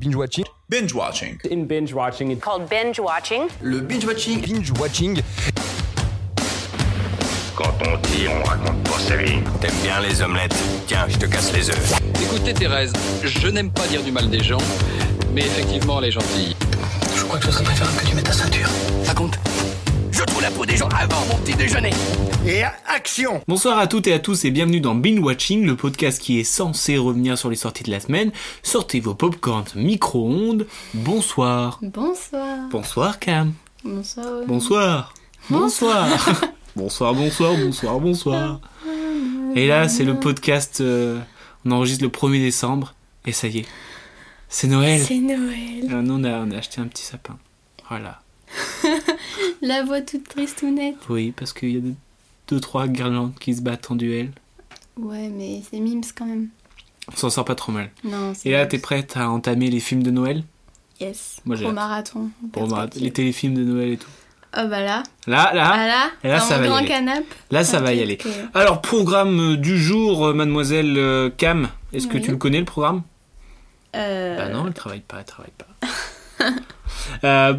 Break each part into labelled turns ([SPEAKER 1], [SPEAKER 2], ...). [SPEAKER 1] Binge watching.
[SPEAKER 2] Binge watching.
[SPEAKER 3] In binge watching,
[SPEAKER 4] called binge watching.
[SPEAKER 2] Le binge watching.
[SPEAKER 1] Binge watching.
[SPEAKER 5] Quand on dit, on raconte pas sa vie. T'aimes bien les omelettes Tiens, je te casse les œufs.
[SPEAKER 6] Écoutez Thérèse, je n'aime pas dire du mal des gens, mais effectivement elle est gentille.
[SPEAKER 7] Je crois que ce serait préférable que tu mettes ta ceinture. Raconte.
[SPEAKER 5] Je trouve la peau des gens avant mon petit déjeuner.
[SPEAKER 8] Et action
[SPEAKER 9] Bonsoir à toutes et à tous et bienvenue dans Binge Watching, le podcast qui est censé revenir sur les sorties de la semaine. Sortez vos popcorns micro-ondes. Bonsoir.
[SPEAKER 10] Bonsoir.
[SPEAKER 9] Bonsoir Cam.
[SPEAKER 10] Bonsoir.
[SPEAKER 9] Bonsoir. Bonsoir. bonsoir, bonsoir, bonsoir, bonsoir. Et là, c'est le podcast. euh, on enregistre le 1er décembre et ça y est. C'est Noël.
[SPEAKER 10] C'est Noël.
[SPEAKER 9] Ah non, on a, on a acheté un petit sapin. Voilà.
[SPEAKER 10] La voix toute triste ou nette.
[SPEAKER 9] Oui, parce qu'il y a deux, deux, trois guirlandes qui se battent en duel.
[SPEAKER 10] Ouais, mais c'est mimes quand même.
[SPEAKER 9] On s'en sort pas trop mal.
[SPEAKER 10] Non, c'est
[SPEAKER 9] Et là,
[SPEAKER 10] mimes.
[SPEAKER 9] t'es prête à entamer les films de Noël
[SPEAKER 10] Yes.
[SPEAKER 9] Moi,
[SPEAKER 10] Moi,
[SPEAKER 9] j'ai
[SPEAKER 10] Au
[SPEAKER 9] hâte.
[SPEAKER 10] marathon. en
[SPEAKER 9] Pour moi,
[SPEAKER 10] perspective.
[SPEAKER 9] les téléfilms de Noël et tout.
[SPEAKER 10] Oh bah là.
[SPEAKER 9] Là, là,
[SPEAKER 10] Ah là.
[SPEAKER 9] Et là,
[SPEAKER 10] dans
[SPEAKER 9] ça
[SPEAKER 10] mon
[SPEAKER 9] va y
[SPEAKER 10] grand
[SPEAKER 9] aller.
[SPEAKER 10] canapé.
[SPEAKER 9] là, ça va y aller.
[SPEAKER 10] T'inquiète, euh,
[SPEAKER 9] Alors, programme euh, du jour, euh, mademoiselle euh, Cam, est-ce que
[SPEAKER 10] Oui.
[SPEAKER 9] tu le connais le programme
[SPEAKER 10] euh,
[SPEAKER 9] Bah non, elle travaille pas, elle travaille pas. Euh,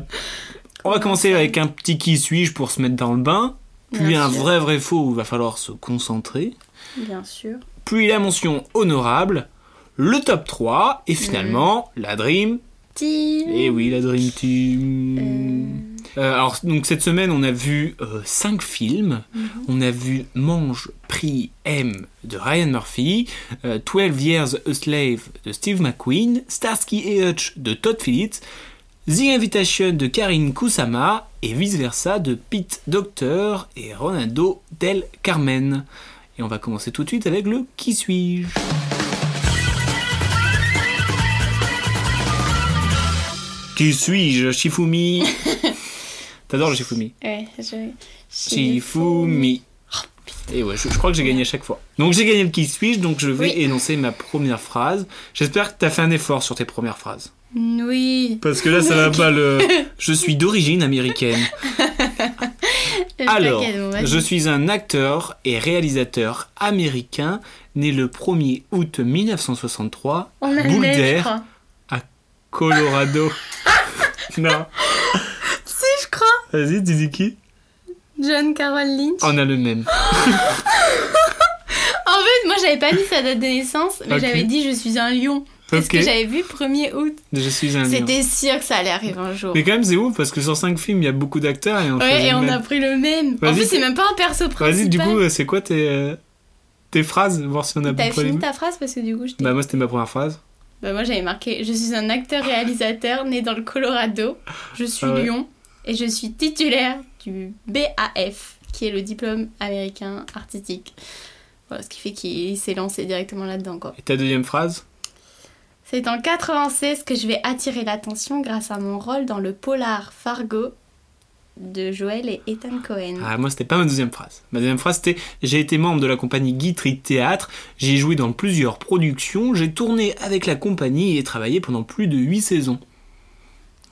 [SPEAKER 9] on va commencer avec un petit qui suis-je pour se mettre dans le bain, puis
[SPEAKER 10] Bien
[SPEAKER 9] un
[SPEAKER 10] sûr.
[SPEAKER 9] vrai vrai faux où il va falloir se concentrer,
[SPEAKER 10] Bien sûr.
[SPEAKER 9] puis la mention honorable, le top 3, et finalement
[SPEAKER 10] Mm.
[SPEAKER 9] la Dream.
[SPEAKER 10] Team.
[SPEAKER 9] Et Eh oui, la Dream Team. Euh, alors, donc cette semaine, on a vu 5 films. On a vu Mange, Prie, M de Ryan Murphy, euh, 12 Years a Slave de Steve McQueen, Starsky et Hutch de Todd Phillips, The Invitation de Karine Kusama et vice-versa de Pete Docter et Ronaldo Del Carmen. Et on va commencer tout de suite avec le Qui suis-je Qui suis-je, Shifumi T'adores le Shifumi
[SPEAKER 10] Ouais, je.
[SPEAKER 9] Shifumi.
[SPEAKER 10] Oh,
[SPEAKER 9] Et ouais, je, je crois que j'ai gagné à chaque fois. Donc j'ai gagné le qui suis-je, donc je vais
[SPEAKER 10] Oui.
[SPEAKER 9] énoncer ma première phrase. J'espère que t'as fait un effort sur tes premières phrases.
[SPEAKER 10] Oui.
[SPEAKER 9] Parce que là, ça va pas le. Je suis d'origine américaine.
[SPEAKER 10] Le
[SPEAKER 9] Alors,
[SPEAKER 10] paquet de mots, vas-y.
[SPEAKER 9] je suis un acteur et réalisateur américain né le 1er août 1963
[SPEAKER 10] On a
[SPEAKER 9] à
[SPEAKER 10] le même, je
[SPEAKER 9] Boulder,
[SPEAKER 10] crois.
[SPEAKER 9] Colorado. non,
[SPEAKER 10] Si, je crois.
[SPEAKER 9] vas-y, tu dis qui
[SPEAKER 10] John Carroll Lynch.
[SPEAKER 9] On a le même.
[SPEAKER 10] En fait, moi, j'avais pas mis sa date de naissance, mais
[SPEAKER 9] Ok.
[SPEAKER 10] j'avais dit je suis un lion. Parce
[SPEAKER 9] Ok.
[SPEAKER 10] que j'avais vu 1er août.
[SPEAKER 9] Je suis un lion.
[SPEAKER 10] C'était sûr que ça allait arriver un jour.
[SPEAKER 9] Mais quand même, c'est ouf parce que sur 5 films, il y a beaucoup d'acteurs et on choisit
[SPEAKER 10] Ouais, et
[SPEAKER 9] le
[SPEAKER 10] on
[SPEAKER 9] même.
[SPEAKER 10] a pris le même. En
[SPEAKER 9] Vas-y.
[SPEAKER 10] plus, c'est même pas un perso principal.
[SPEAKER 9] Vas-y, du coup, euh, c'est quoi tes, euh, tes phrases Voir si on a
[SPEAKER 10] T'as
[SPEAKER 9] beaucoup les
[SPEAKER 10] fini
[SPEAKER 9] mêmes.
[SPEAKER 10] ta phrase parce que du coup, je t'ai-
[SPEAKER 9] Bah, moi, c'était ma première phrase.
[SPEAKER 10] Bah, moi, j'avais marqué Je suis un acteur-réalisateur né dans le Colorado. Je suis
[SPEAKER 9] Ah ouais.
[SPEAKER 10] Lyon. Et je suis titulaire du BAF, qui est le diplôme américain artistique. Voilà, ce qui fait qu'il s'est lancé directement là-dedans, quoi.
[SPEAKER 9] Et ta deuxième phrase
[SPEAKER 10] C'est en 96 que je vais attirer l'attention grâce à mon rôle dans le polar Fargo de Joel et Ethan Cohen.
[SPEAKER 9] Ah, moi, c'était pas ma deuxième phrase. Ma deuxième phrase, c'était J'ai été membre de la compagnie Guitry Théâtre, j'ai joué dans plusieurs productions, j'ai tourné avec la compagnie et travaillé pendant plus de 8 saisons.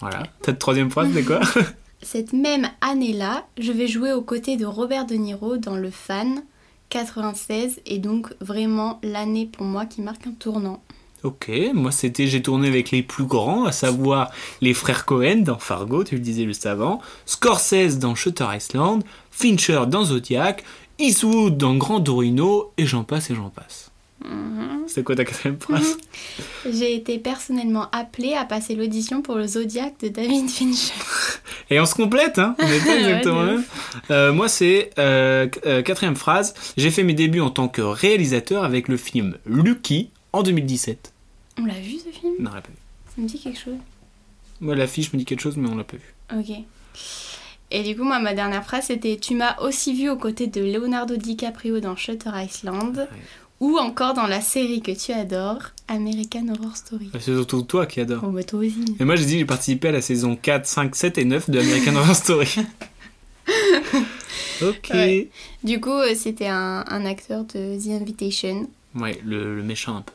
[SPEAKER 9] Voilà. Ta troisième phrase, c'est quoi
[SPEAKER 10] Cette même année-là, je vais jouer aux côtés de Robert De Niro dans Le Fan 96 et donc vraiment l'année pour moi qui marque un tournant.
[SPEAKER 9] Ok, moi, c'était J'ai tourné avec les plus grands, à savoir les frères Cohen dans Fargo, tu le disais juste avant, Scorsese dans Shutter Island, Fincher dans Zodiac, Eastwood dans Grand Torino, et j'en passe et j'en passe.
[SPEAKER 10] Mm-hmm.
[SPEAKER 9] C'est quoi ta quatrième phrase
[SPEAKER 10] J'ai été personnellement appelée à passer l'audition pour le Zodiac de David Fincher.
[SPEAKER 9] Et on se complète, hein On est pas
[SPEAKER 10] Ouais,
[SPEAKER 9] exactement
[SPEAKER 10] de
[SPEAKER 9] la même. Euh, moi, c'est euh, qu- euh, quatrième phrase. J'ai fait mes débuts en tant que réalisateur avec le film Lucky en 2017.
[SPEAKER 10] On l'a vu ce film
[SPEAKER 9] Non, on l'a pas vu.
[SPEAKER 10] Ça me dit quelque chose
[SPEAKER 9] Moi, l'affiche me dit quelque chose, mais on l'a pas vu.
[SPEAKER 10] Ok. Et du coup, moi, ma dernière phrase, c'était Tu m'as aussi vu aux côtés de Leonardo DiCaprio dans Shutter Island
[SPEAKER 9] Ouais.
[SPEAKER 10] ou encore dans la série que tu adores, American Horror Story.
[SPEAKER 9] Bah, C'est surtout toi qui adore.
[SPEAKER 10] Oh, bah, toi aussi.
[SPEAKER 9] Et moi, j'ai dit, j'ai participé à la saison 4, 5, 7 et 9 de American Horror Story. ok. Ouais,
[SPEAKER 10] Ouais. Du coup, euh, c'était un, un acteur de The Invitation.
[SPEAKER 9] le, le méchant un peu.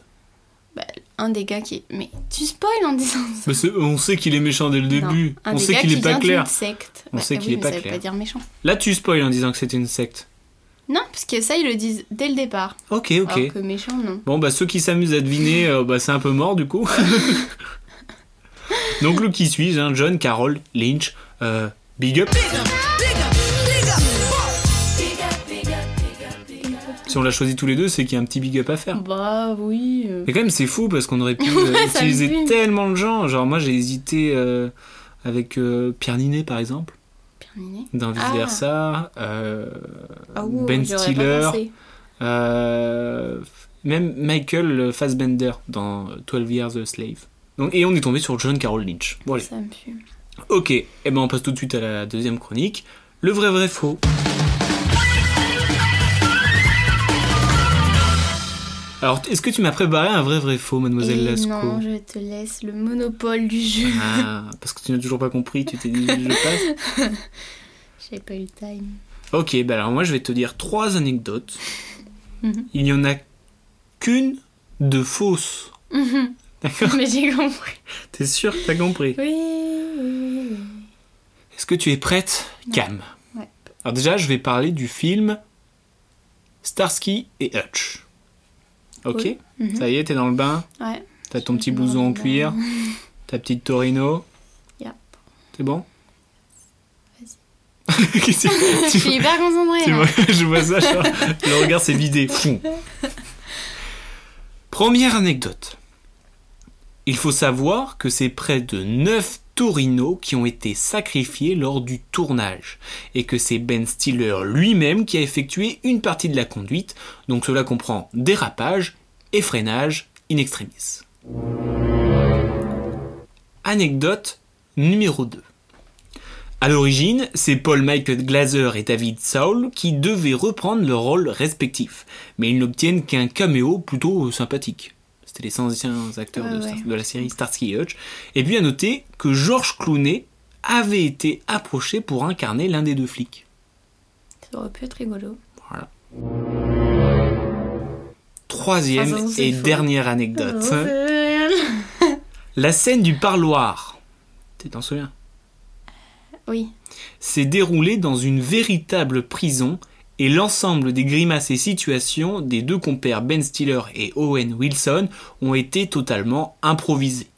[SPEAKER 10] Un des gars qui. Mais tu spoil en disant ça.
[SPEAKER 9] Mais c'est- on sait qu'il est méchant dès le
[SPEAKER 10] Non.
[SPEAKER 9] début.
[SPEAKER 10] Un
[SPEAKER 9] on
[SPEAKER 10] des
[SPEAKER 9] sait
[SPEAKER 10] gars
[SPEAKER 9] qu'il
[SPEAKER 10] qui
[SPEAKER 9] est pas
[SPEAKER 10] vient d'une
[SPEAKER 9] clair.
[SPEAKER 10] secte.
[SPEAKER 9] On
[SPEAKER 10] Bah,
[SPEAKER 9] sait
[SPEAKER 10] ah
[SPEAKER 9] qu'il
[SPEAKER 10] oui,
[SPEAKER 9] est
[SPEAKER 10] mais
[SPEAKER 9] pas
[SPEAKER 10] ça veut
[SPEAKER 9] clair.
[SPEAKER 10] pas dire méchant.
[SPEAKER 9] Là, tu spoil en disant que c'était une secte.
[SPEAKER 10] Non, parce que ça, ils le disent dès le départ.
[SPEAKER 9] Ok, ok.
[SPEAKER 10] Alors que méchant, non.
[SPEAKER 9] Bon, bah ceux qui s'amusent à deviner, euh, bah, c'est un peu mort du coup. Donc le qui suis-je, hein, John, Carol, Lynch, euh, Big Up. Si on l'a choisi tous les deux, c'est qu'il y a un petit big up à faire.
[SPEAKER 10] Bah oui. euh.
[SPEAKER 9] Mais quand même, c'est fou parce qu'on aurait pu euh,
[SPEAKER 10] Ouais, ça me
[SPEAKER 9] utiliser
[SPEAKER 10] fume.
[SPEAKER 9] tellement de gens. Genre, moi, j'ai hésité euh, avec euh, Pierre Ninet, par exemple,
[SPEAKER 10] Terminé.
[SPEAKER 9] dans Vice
[SPEAKER 10] Ah.
[SPEAKER 9] Versa, euh,
[SPEAKER 10] Ah wow,
[SPEAKER 9] Ben
[SPEAKER 10] j'aurais pas
[SPEAKER 9] Stiller,
[SPEAKER 10] pensé.
[SPEAKER 9] euh, même Michael Fassbender dans 12 Years a Slave. Donc, et on est tombé sur John Carroll Lynch. Bon, allez.
[SPEAKER 10] Ça me fume.
[SPEAKER 9] Ok, et ben on passe tout de suite à la deuxième chronique. Le vrai vrai faux. Alors, est-ce que tu m'as préparé un vrai vrai faux, mademoiselle
[SPEAKER 10] Et
[SPEAKER 9] Lasco
[SPEAKER 10] Eh non, je te laisse le monopole du jeu.
[SPEAKER 9] Ah, parce que tu n'as toujours pas compris, tu t'es dit je passe.
[SPEAKER 10] J'ai pas eu le time.
[SPEAKER 9] Ok, bah alors moi je vais te dire trois anecdotes.
[SPEAKER 10] Mhm.
[SPEAKER 9] Il n'y en a qu'une de fausse. D'accord
[SPEAKER 10] Mais j'ai compris.
[SPEAKER 9] T'es sûr que t'as compris
[SPEAKER 10] Oui, oui, oui.
[SPEAKER 9] Est-ce que tu es prête, Cam
[SPEAKER 10] Ouais.
[SPEAKER 9] Alors déjà, je vais parler du film Starsky et Hutch. Ok
[SPEAKER 10] Oui. Mhm.
[SPEAKER 9] Ça y est, t'es dans le bain,
[SPEAKER 10] Ouais.
[SPEAKER 9] t'as ton
[SPEAKER 10] Je
[SPEAKER 9] petit
[SPEAKER 10] suis
[SPEAKER 9] blouson
[SPEAKER 10] dans
[SPEAKER 9] en
[SPEAKER 10] le bain.
[SPEAKER 9] cuir, ta petite Torino.
[SPEAKER 10] Yep.
[SPEAKER 9] C'est bon
[SPEAKER 10] Vas-y.
[SPEAKER 9] Qu'est-ce que-
[SPEAKER 10] Je
[SPEAKER 9] tu-
[SPEAKER 10] suis hyper concentrée.
[SPEAKER 9] Tu
[SPEAKER 10] là.
[SPEAKER 9] vois, je vois ça, genre, le regard s'est vidé. Fou. Première anecdote. Il faut savoir que c'est près de 9 taurinos qui ont été sacrifiés lors du tournage et que c'est Ben Stiller lui-même qui a effectué une partie de la conduite, donc cela comprend dérapage et freinage in extremis. Anecdote numéro 2. À l'origine, c'est Paul Michael Glaser et David Saul qui devaient reprendre leur rôle respectif, mais ils n'obtiennent qu'un caméo plutôt sympathique. C'était les anciens acteurs
[SPEAKER 10] Ouais,
[SPEAKER 9] de,
[SPEAKER 10] ouais.
[SPEAKER 9] Star- de la série Starsky et Hutch. Et puis à noter que George Clooney avait été approché pour incarner l'un des deux flics.
[SPEAKER 10] Ça aurait pu être rigolo.
[SPEAKER 9] Voilà. Troisième
[SPEAKER 10] Ah, ça, c'est
[SPEAKER 9] et
[SPEAKER 10] fou. Ah,
[SPEAKER 9] dernière anecdote.
[SPEAKER 10] Roselle.
[SPEAKER 9] La scène du parloir. Tu t'en souviens
[SPEAKER 10] Oui.
[SPEAKER 9] s'est déroulé dans une véritable prison et l'ensemble des grimaces et situations des deux compères Ben Stiller et Owen Wilson ont été totalement improvisés.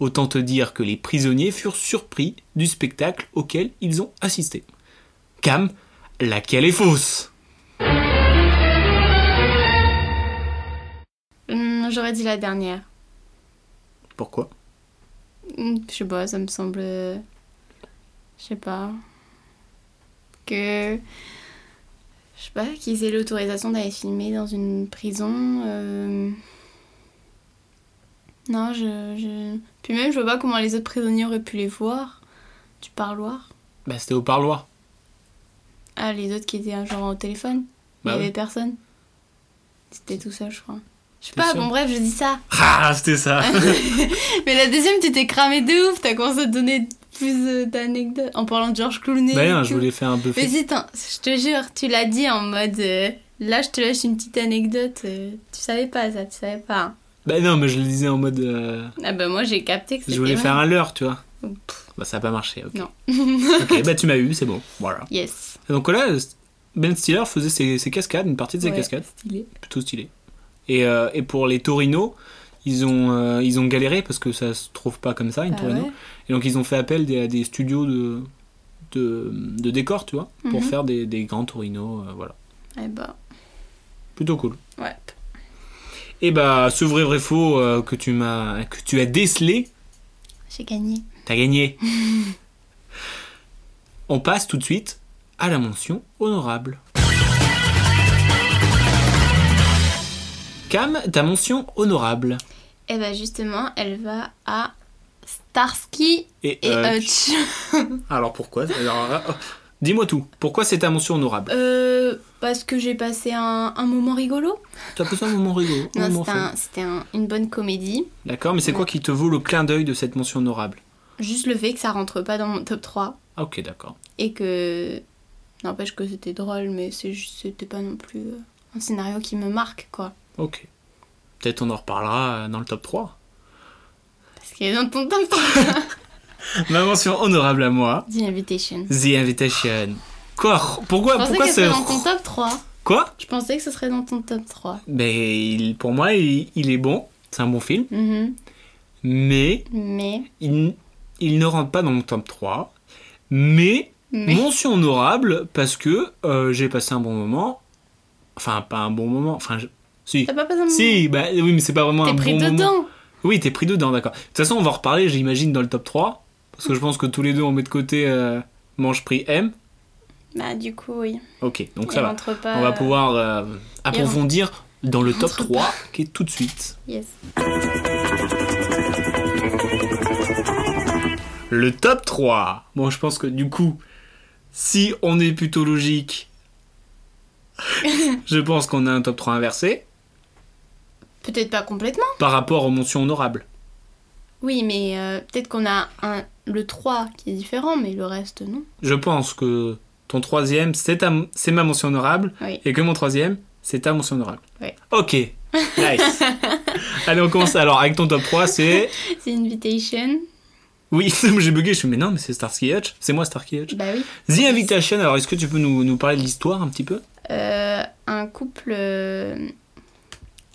[SPEAKER 9] Autant te dire que les prisonniers furent surpris du spectacle auquel ils ont assisté. Cam, laquelle est fausse
[SPEAKER 10] Hum, J'aurais dit la dernière.
[SPEAKER 9] Pourquoi
[SPEAKER 10] Hum, Je sais pas, ça me semble. Je sais pas. Que. Je sais pas, qu'ils aient l'autorisation d'aller filmer dans une prison. euh, Non, je, je. Puis même, je vois pas comment les autres prisonniers auraient pu les voir. Du parloir.
[SPEAKER 9] Bah c'était au parloir.
[SPEAKER 10] Ah, les autres qui étaient euh, genre au téléphone. Il
[SPEAKER 9] Bah
[SPEAKER 10] y
[SPEAKER 9] oui.
[SPEAKER 10] avait personne. C'était tout seul, je crois. Je sais
[SPEAKER 9] T'es
[SPEAKER 10] pas,
[SPEAKER 9] sûre
[SPEAKER 10] bon, bref, je dis ça.
[SPEAKER 9] Ah c'était ça
[SPEAKER 10] Mais la deuxième, tu t'es cramé de ouf, t'as commencé à te donner plus euh, d'anecdotes en parlant de George Clooney.
[SPEAKER 9] Bah
[SPEAKER 10] et
[SPEAKER 9] non, je
[SPEAKER 10] tout.
[SPEAKER 9] voulais faire un peu...
[SPEAKER 10] Mais si, t'en- je te jure, tu l'as dit en mode euh, là, je te lâche une petite anecdote. euh, tu savais pas ça, tu savais pas.
[SPEAKER 9] Bah non mais je le disais en mode... euh,
[SPEAKER 10] Ah bah, moi, j'ai capté que c'était.
[SPEAKER 9] je voulais
[SPEAKER 10] vrai.
[SPEAKER 9] faire un leurre tu vois.
[SPEAKER 10] Pff,
[SPEAKER 9] Bah ça a pas marché ok.
[SPEAKER 10] Non.
[SPEAKER 9] ok bah tu m'as eu c'est bon. Voilà.
[SPEAKER 10] Yes.
[SPEAKER 9] Et donc là, Ben Stiller faisait ses, ses cascades, une partie de ses
[SPEAKER 10] Ouais,
[SPEAKER 9] cascades,
[SPEAKER 10] Stylé.
[SPEAKER 9] plutôt stylé. Et, euh, et pour les Torinos, ils ont, euh, ils ont galéré parce que ça se trouve pas comme ça, une
[SPEAKER 10] Bah
[SPEAKER 9] Torino.
[SPEAKER 10] ouais.
[SPEAKER 9] Et donc ils ont fait appel des- à des studios de, de, de décors, tu vois, pour
[SPEAKER 10] Mhm.
[SPEAKER 9] faire des, des grands Torinos, euh, voilà.
[SPEAKER 10] Eh bah,
[SPEAKER 9] Plutôt cool.
[SPEAKER 10] ouais.
[SPEAKER 9] Et bah, ce vrai vrai faux euh, que, tu m'as, que tu as décelé,
[SPEAKER 10] J'ai gagné.
[SPEAKER 9] t'as gagné. On passe tout de suite à la mention honorable. Cam, ta mention honorable.
[SPEAKER 10] Eh bah, justement, elle va à Starsky
[SPEAKER 9] Et,
[SPEAKER 10] et
[SPEAKER 9] euh,
[SPEAKER 10] Hutch.
[SPEAKER 9] alors pourquoi Alors, euh, Dis-moi tout. Pourquoi c'est ta mention honorable
[SPEAKER 10] Euh, parce que j'ai passé un, un moment rigolo.
[SPEAKER 9] Tu as besoin un moment rigolo. un
[SPEAKER 10] Non,
[SPEAKER 9] moment
[SPEAKER 10] c'était
[SPEAKER 9] fun.
[SPEAKER 10] un- c'était un- une bonne comédie.
[SPEAKER 9] D'accord, mais c'est quoi qui te vaut le clin d'œil de cette mention honorable
[SPEAKER 10] Juste le fait que ça rentre pas dans mon top 3
[SPEAKER 9] Ah, ok, d'accord.
[SPEAKER 10] et que. N'empêche que c'était drôle, mais c'est juste- c'était pas non plus euh, un scénario qui me marque, quoi.
[SPEAKER 9] Ok. Peut-être on en reparlera euh, dans le top 3.
[SPEAKER 10] Parce qu'il est dans ton top 3
[SPEAKER 9] Ma mention honorable à moi,
[SPEAKER 10] The Invitation.
[SPEAKER 9] The Invitation. Quoi Pourquoi,
[SPEAKER 10] Je pensais
[SPEAKER 9] Ah, pourquoi
[SPEAKER 10] que
[SPEAKER 9] ce...
[SPEAKER 10] c'était dans ton top 3.
[SPEAKER 9] Quoi
[SPEAKER 10] Je pensais que ce serait dans ton top 3.
[SPEAKER 9] Mais Ben, il- pour moi, il, il est bon. C'est un bon film.
[SPEAKER 10] Mhm.
[SPEAKER 9] Mais
[SPEAKER 10] Mm-hmm. Mais.
[SPEAKER 9] il- il ne rentre pas dans mon top 3, mais,
[SPEAKER 10] Mais-
[SPEAKER 9] mention honorable parce que euh, j'ai passé un bon moment. Enfin, pas un bon moment. Enfin, je- si.
[SPEAKER 10] T'as pas besoin de
[SPEAKER 9] Si, bah oui, mais c'est pas vraiment un
[SPEAKER 10] T'es
[SPEAKER 9] bon
[SPEAKER 10] pris
[SPEAKER 9] moment.
[SPEAKER 10] dedans.
[SPEAKER 9] Oui, t'es pris dedans, d'accord. De toute façon, on va en reparler, j'imagine, dans le top 3. Parce que je pense que tous les deux, on met de côté euh, Mange Prix M.
[SPEAKER 10] Bah du coup oui.
[SPEAKER 9] Ok, donc
[SPEAKER 10] Il
[SPEAKER 9] ça va.
[SPEAKER 10] rentre pas.
[SPEAKER 9] On va pouvoir euh, approfondir dans le top
[SPEAKER 10] rentre
[SPEAKER 9] 3 qui est tout de suite.
[SPEAKER 10] euh, Yes.
[SPEAKER 9] Le top 3. Bon, je pense que du coup, si on est plutôt logique, je pense qu'on a un top 3 inversé
[SPEAKER 10] Peut-être pas complètement.
[SPEAKER 9] par rapport aux mentions honorables.
[SPEAKER 10] Oui, mais euh, peut-être qu'on a un, le 3 qui est différent, mais le reste non.
[SPEAKER 9] Je pense que ton troisième, c'est ta- c'est ma mention honorable.
[SPEAKER 10] Oui.
[SPEAKER 9] Et que mon troisième, c'est ta mention honorable.
[SPEAKER 10] Ouais.
[SPEAKER 9] Ok. Nice. Allez, on commence. Alors, avec ton top 3, c'est.
[SPEAKER 10] C'est Invitation.
[SPEAKER 9] Oui, j'ai bugué. Je suis, mais non, mais c'est Starsky Hutch. C'est moi, Starsky Hutch.
[SPEAKER 10] Bah oui.
[SPEAKER 9] The Invitation, alors est-ce que tu peux nous, nous parler de l'histoire un petit peu
[SPEAKER 10] Euh, un couple, euh,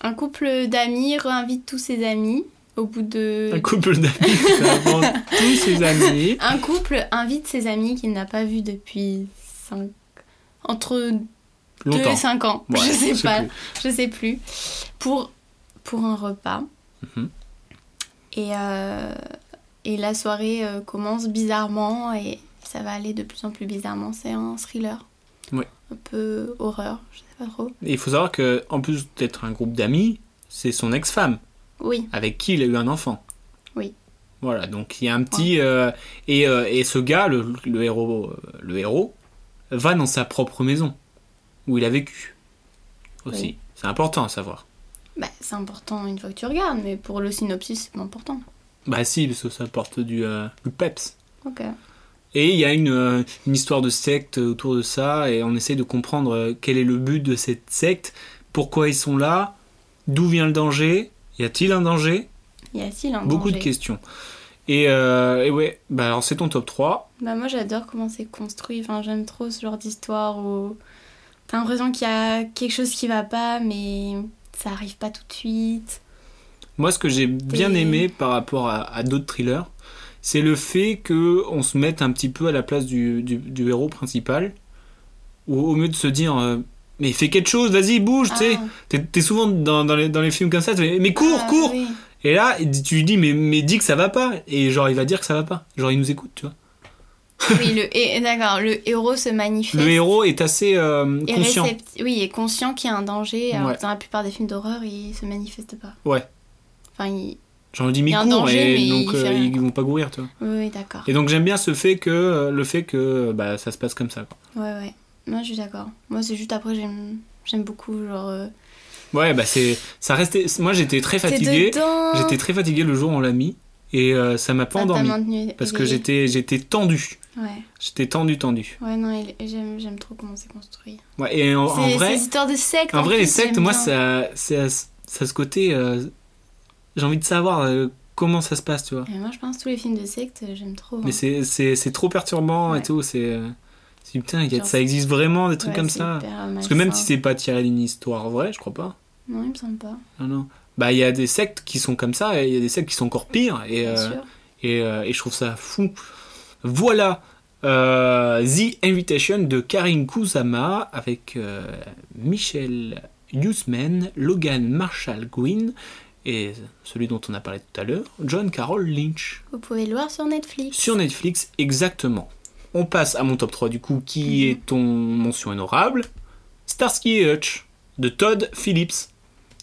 [SPEAKER 10] un couple d'amis réinvite tous ses amis au bout de.
[SPEAKER 9] Un couple d'amis qui s'invente tous ses amis.
[SPEAKER 10] Un couple invite ses amis qu'il n'a pas vus depuis 5... entre 2
[SPEAKER 9] Longtemps.
[SPEAKER 10] et 5 ans,
[SPEAKER 9] Ouais,
[SPEAKER 10] je sais pas,
[SPEAKER 9] plus.
[SPEAKER 10] je sais plus, pour, pour un repas.
[SPEAKER 9] Mhm.
[SPEAKER 10] et, euh, et la soirée euh, commence bizarrement et ça va aller de plus en plus bizarrement. C'est un thriller.
[SPEAKER 9] Ouais.
[SPEAKER 10] Un peu horreur, je sais pas trop.
[SPEAKER 9] Et Il faut savoir que en plus d'être un groupe d'amis, c'est son ex-femme
[SPEAKER 10] Oui,
[SPEAKER 9] avec qui il a eu un enfant.
[SPEAKER 10] Oui.
[SPEAKER 9] Voilà, donc il y a un petit euh, et, euh, et ce gars, le, le héros, euh, le héros, va dans sa propre maison où il a vécu. Aussi,
[SPEAKER 10] Oui.
[SPEAKER 9] c'est important à savoir.
[SPEAKER 10] bah, c'est important une fois que tu regardes, mais pour le synopsis, c'est pas important.
[SPEAKER 9] Bah si, parce que ça porte du, euh, du peps.
[SPEAKER 10] Ok.
[SPEAKER 9] Et il y a une, euh, une histoire de secte autour de ça, et on essaie de comprendre euh, quel est le but de cette secte, pourquoi ils sont là, d'où vient le danger, y a-t-il un danger
[SPEAKER 10] Y hein, a-t-il un
[SPEAKER 9] Beaucoup de
[SPEAKER 10] danger
[SPEAKER 9] questions. Et, euh, et ouais, bah alors c'est ton top 3.
[SPEAKER 10] Bah moi j'adore comment c'est construit, enfin j'aime trop ce genre d'histoire où t'as l'impression qu'il y a quelque chose qui va pas mais ça arrive pas tout de suite.
[SPEAKER 9] Moi, ce que j'ai bien
[SPEAKER 10] Et-
[SPEAKER 9] aimé par rapport à, à d'autres thrillers, c'est le fait que on se mette un petit peu à la place du, du- du héros principal, au, au mieux de se dire euh, mais fais quelque chose, vas-y bouge, tu sais.
[SPEAKER 10] Ah.
[SPEAKER 9] T'es- T'es souvent dans, dans les, dans les films comme ça, tu fais, mais cours,
[SPEAKER 10] Ah,
[SPEAKER 9] cours.
[SPEAKER 10] oui.
[SPEAKER 9] Et là, tu lui dis, mais, mais dis que ça va pas. Et genre, il va dire que ça va pas. Genre, il nous écoute, tu vois.
[SPEAKER 10] Oui, le hé- d'accord, le héros se manifeste.
[SPEAKER 9] Le héros est assez euh,
[SPEAKER 10] est
[SPEAKER 9] conscient.
[SPEAKER 10] récepti- Oui, est conscient qu'il y a un danger. Alors
[SPEAKER 9] Ouais.
[SPEAKER 10] que dans la plupart des films d'horreur, il se manifeste pas.
[SPEAKER 9] Ouais.
[SPEAKER 10] Enfin, il...
[SPEAKER 9] Genre, il dit,
[SPEAKER 10] Il
[SPEAKER 9] mais
[SPEAKER 10] y a un
[SPEAKER 9] cours,
[SPEAKER 10] danger,
[SPEAKER 9] et
[SPEAKER 10] mais
[SPEAKER 9] donc
[SPEAKER 10] il fait
[SPEAKER 9] euh,
[SPEAKER 10] rien,
[SPEAKER 9] ils
[SPEAKER 10] quoi.
[SPEAKER 9] vont pas courir, tu vois.
[SPEAKER 10] oui, oui, d'accord.
[SPEAKER 9] Et donc, j'aime bien ce fait que, euh, le fait que euh, bah, ça se passe comme ça. Quoi.
[SPEAKER 10] Ouais, ouais. Moi, je suis d'accord. Moi, c'est juste après, j'aime, j'aime beaucoup genre. euh,
[SPEAKER 9] Ouais, bah, c'est. Ça restait. Moi, j'étais très
[SPEAKER 10] T'es
[SPEAKER 9] fatigué.
[SPEAKER 10] dedans. Ah,
[SPEAKER 9] J'étais très fatigué le jour où on l'a mis. Et euh, ça m'a pas
[SPEAKER 10] Ça t'a
[SPEAKER 9] endormi.
[SPEAKER 10] maintenu
[SPEAKER 9] Parce que
[SPEAKER 10] éveillé.
[SPEAKER 9] j'étais j'étais tendu.
[SPEAKER 10] Ouais,
[SPEAKER 9] J'étais tendu, tendu.
[SPEAKER 10] ouais, non, il- j'aime, j'aime trop comment c'est construit.
[SPEAKER 9] Ouais, et en, en
[SPEAKER 10] C'est-
[SPEAKER 9] vrai.
[SPEAKER 10] Ces histoires de sectes.
[SPEAKER 9] En vrai,
[SPEAKER 10] plus,
[SPEAKER 9] les sectes,
[SPEAKER 10] j'aime
[SPEAKER 9] moi,
[SPEAKER 10] bien.
[SPEAKER 9] ça, ça, ça a ce côté. euh, j'ai envie de savoir euh, comment ça se passe, tu vois.
[SPEAKER 10] Et moi, je pense que tous les films de sectes, euh, j'aime trop.
[SPEAKER 9] Mais
[SPEAKER 10] hein.
[SPEAKER 9] c'est- c'est c'est trop perturbant et
[SPEAKER 10] Ouais.
[SPEAKER 9] tout. C'est. euh, c'est- putain, il y a-
[SPEAKER 10] Genre,
[SPEAKER 9] ça existe vraiment des trucs
[SPEAKER 10] Ouais,
[SPEAKER 9] comme
[SPEAKER 10] c'est
[SPEAKER 9] ça.
[SPEAKER 10] hyper
[SPEAKER 9] Parce que même
[SPEAKER 10] malsain.
[SPEAKER 9] si c'est pas tiré d'une histoire vraie, je crois pas.
[SPEAKER 10] Non, il me semble pas.
[SPEAKER 9] Non, non. Bah, il y a des sectes qui sont comme ça et il y a des sectes qui sont encore pires. Et,
[SPEAKER 10] Bien
[SPEAKER 9] euh,
[SPEAKER 10] sûr.
[SPEAKER 9] et, euh, et je trouve ça fou. Voilà. euh, The Invitation de Karin Kusama avec euh, Michel Huseman, Logan Marshall Gwynn et celui dont on a parlé tout à l'heure, John Carroll Lynch.
[SPEAKER 10] Vous pouvez le voir sur Netflix.
[SPEAKER 9] Sur Netflix, exactement. On passe à mon top 3 du coup, qui
[SPEAKER 10] Mhm.
[SPEAKER 9] est ton mention honorable Starsky et Hutch de Todd Phillips.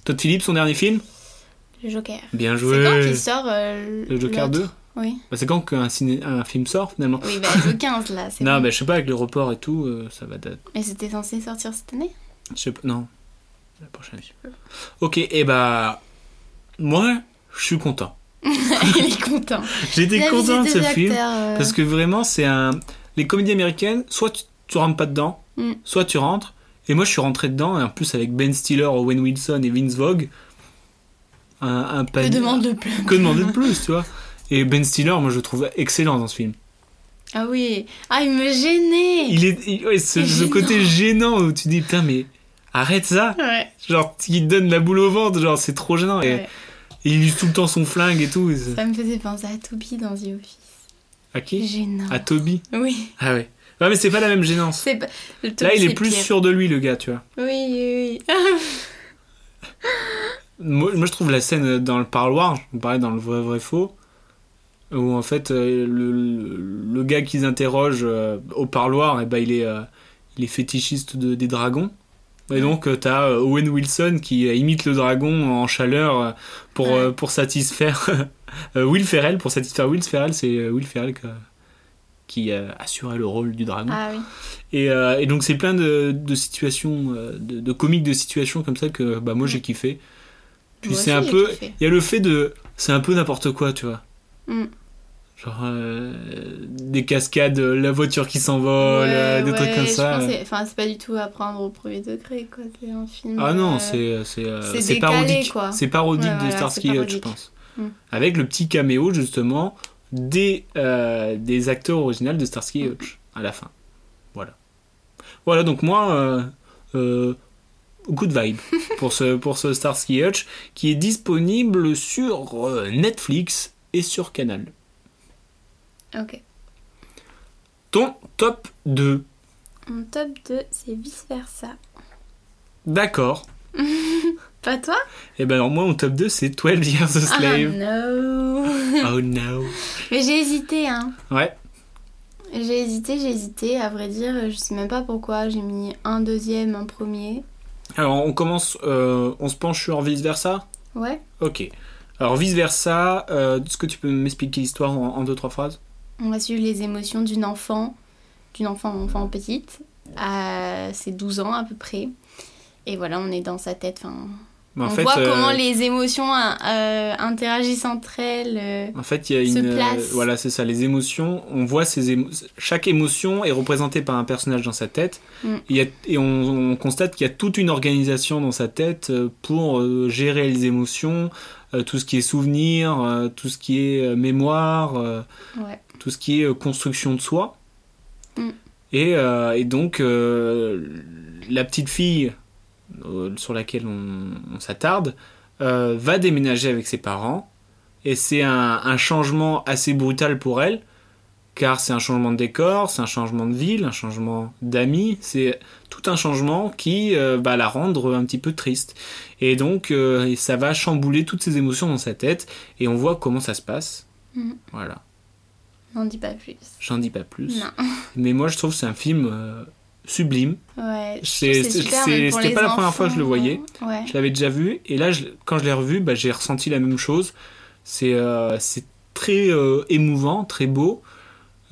[SPEAKER 9] Todd Phillips, son dernier film
[SPEAKER 10] Le Joker.
[SPEAKER 9] Bien
[SPEAKER 10] C'est
[SPEAKER 9] joué.
[SPEAKER 10] quand qu'il sort euh,
[SPEAKER 9] Le Joker
[SPEAKER 10] l'autre
[SPEAKER 9] 2
[SPEAKER 10] Oui.
[SPEAKER 9] Bah, C'est quand qu'un ciné- un film sort finalement
[SPEAKER 10] Oui, bah, le 15 là. c'est
[SPEAKER 9] Non,
[SPEAKER 10] bon.
[SPEAKER 9] mais je sais pas, avec le report et tout, euh, ça va date.
[SPEAKER 10] Mais c'était censé sortir cette année
[SPEAKER 9] Je sais pas, non. La prochaine. Ok, et bah. Moi, je suis content.
[SPEAKER 10] Il est content.
[SPEAKER 9] J'étais
[SPEAKER 10] La
[SPEAKER 9] content de
[SPEAKER 10] visite
[SPEAKER 9] ce
[SPEAKER 10] des
[SPEAKER 9] film.
[SPEAKER 10] acteurs, euh,
[SPEAKER 9] Parce que vraiment, c'est un. Les comédies américaines, soit tu, tu rentres pas dedans,
[SPEAKER 10] Mm.
[SPEAKER 9] soit tu rentres. Et moi, je suis rentré dedans, et en plus avec Ben Stiller, Owen Wilson et Vince Vogue. Un, un
[SPEAKER 10] Que
[SPEAKER 9] panier-
[SPEAKER 10] demande le plus
[SPEAKER 9] Que demander de plus, tu vois Et Ben Stiller, moi, je le trouve excellent dans ce film.
[SPEAKER 10] Ah oui. Ah, il me gênait.
[SPEAKER 9] Il est. il- ouais, ce, ce côté gênant où tu dis, putain, mais arrête ça
[SPEAKER 10] Ouais.
[SPEAKER 9] Genre, il te donne la boule au ventre, genre, c'est trop gênant. Et,
[SPEAKER 10] ouais.
[SPEAKER 9] et il use tout le temps son flingue et tout. et c'est-
[SPEAKER 10] Ça me faisait penser à Toby dans The Office.
[SPEAKER 9] À qui
[SPEAKER 10] Gênant.
[SPEAKER 9] À Toby.
[SPEAKER 10] Oui.
[SPEAKER 9] Ah ouais. Ouais, mais c'est pas la même gênance.
[SPEAKER 10] C'est pas- le
[SPEAKER 9] Là,
[SPEAKER 10] Toby,
[SPEAKER 9] il est
[SPEAKER 10] c'est
[SPEAKER 9] plus
[SPEAKER 10] pire.
[SPEAKER 9] sûr de lui, le gars, tu vois.
[SPEAKER 10] Oui, oui, Ah oui.
[SPEAKER 9] Moi, moi, je trouve la scène dans le parloir, je vous parlais dans le vrai, vrai, faux, où en fait, euh, le, le- le gars qu'ils interrogent euh, au parloir, et ben, il, est, euh, il est fétichiste de- des dragons. Et donc, euh, t'as euh, Owen Wilson qui euh, imite le dragon en chaleur euh, pour,
[SPEAKER 10] Ouais.
[SPEAKER 9] euh, pour satisfaire euh, Will Ferrell. Pour satisfaire Will Ferrell, c'est euh, Will Ferrell que- qui euh, assurait le rôle du dragon.
[SPEAKER 10] ah oui.
[SPEAKER 9] Et, euh, et donc c'est plein de, de situations, euh, de, de comiques de situations comme ça que bah, moi j'ai kiffé. Puis
[SPEAKER 10] Moi
[SPEAKER 9] c'est un
[SPEAKER 10] aussi, j'ai
[SPEAKER 9] peu,
[SPEAKER 10] kiffé.
[SPEAKER 9] il y a le fait de, c'est un peu n'importe quoi, tu vois.
[SPEAKER 10] Mm.
[SPEAKER 9] Genre euh, des cascades, euh, la voiture qui s'envole,
[SPEAKER 10] Ouais,
[SPEAKER 9] euh, des
[SPEAKER 10] ouais,
[SPEAKER 9] trucs comme
[SPEAKER 10] je
[SPEAKER 9] ça.
[SPEAKER 10] pense que c'est- Enfin, c'est pas du tout à prendre au premier degré, quoi. C'est un film.
[SPEAKER 9] Ah non,
[SPEAKER 10] euh,
[SPEAKER 9] c'est c'est euh,
[SPEAKER 10] c'est
[SPEAKER 9] c'est
[SPEAKER 10] décalé,
[SPEAKER 9] parodique,
[SPEAKER 10] quoi.
[SPEAKER 9] c'est parodique
[SPEAKER 10] Ouais,
[SPEAKER 9] de
[SPEAKER 10] voilà, c'est
[SPEAKER 9] Starsky Hutch, je
[SPEAKER 10] parodique.
[SPEAKER 9] pense.
[SPEAKER 10] Mm.
[SPEAKER 9] Avec le petit caméo justement des euh, des acteurs originaux de Starsky
[SPEAKER 10] Mm.
[SPEAKER 9] et Hutch à la fin. Voilà. Voilà donc moi euh, euh, good vibe pour ce pour ce Starsky Hutch qui est disponible sur euh, Netflix et sur Canal.
[SPEAKER 10] Ok.
[SPEAKER 9] Ton top 2.
[SPEAKER 10] Mon top 2, c'est vice versa.
[SPEAKER 9] D'accord.
[SPEAKER 10] Pas toi
[SPEAKER 9] Et ben alors, moi mon top 2 c'est 12 Years a Slave.
[SPEAKER 10] Ah non
[SPEAKER 9] oh no.
[SPEAKER 10] Mais j'ai hésité, hein.
[SPEAKER 9] Ouais.
[SPEAKER 10] J'ai hésité, j'ai hésité. À vrai dire, je sais même pas pourquoi. J'ai mis un deuxième, un premier.
[SPEAKER 9] Alors on commence, euh, on se penche sur vice versa.
[SPEAKER 10] Ouais.
[SPEAKER 9] Ok. Alors vice versa, euh, est-ce que tu peux m'expliquer l'histoire en, en deux trois phrases
[SPEAKER 10] On va suivre les émotions d'une enfant, d'une enfant, enfant petite, à ses 12 ans à peu près. Et voilà, on est dans sa tête. Enfin,
[SPEAKER 9] Mais
[SPEAKER 10] on voit
[SPEAKER 9] euh,
[SPEAKER 10] comment les émotions euh, interagissent entre elles. euh.
[SPEAKER 9] En fait, il y a
[SPEAKER 10] se
[SPEAKER 9] une. euh,
[SPEAKER 10] placent.
[SPEAKER 9] voilà, c'est ça. Les émotions, on voit ces émo- chaque émotion est représentée par un personnage dans sa tête.
[SPEAKER 10] Mm.
[SPEAKER 9] Il y a- et on, on constate qu'il y a toute une organisation dans sa tête euh, pour euh, gérer les émotions, euh, tout ce qui est souvenir, euh, tout ce qui est euh, mémoire. euh,
[SPEAKER 10] Ouais.
[SPEAKER 9] tout ce qui est euh, construction de soi.
[SPEAKER 10] Mm.
[SPEAKER 9] Et, euh, et donc, euh, la petite fille euh, sur laquelle on, on s'attarde euh, va déménager avec ses parents. Et c'est un, un changement assez brutal pour elle, car c'est un changement de décor, c'est un changement de ville, un changement d'amis, c'est tout un changement qui euh, va la rendre un petit peu triste. Et donc, euh, et ça va chambouler toutes ses émotions dans sa tête, et on voit comment ça se passe.
[SPEAKER 10] Mm.
[SPEAKER 9] Voilà,
[SPEAKER 10] N'en dis pas plus.
[SPEAKER 9] j'en dis pas plus.
[SPEAKER 10] Non.
[SPEAKER 9] Mais moi, je trouve que c'est un film euh, sublime.
[SPEAKER 10] Ouais. je
[SPEAKER 9] C'est-
[SPEAKER 10] trouve que
[SPEAKER 9] c'est-
[SPEAKER 10] super,
[SPEAKER 9] c'est-
[SPEAKER 10] même pour
[SPEAKER 9] c'était
[SPEAKER 10] les
[SPEAKER 9] pas la première fois que je le
[SPEAKER 10] enfants,
[SPEAKER 9] voyais.
[SPEAKER 10] Ouais.
[SPEAKER 9] Je l'avais déjà vu, et là, je- quand je l'ai revu, bah, j'ai ressenti la même chose. C'est euh, c'est très euh, émouvant, très beau,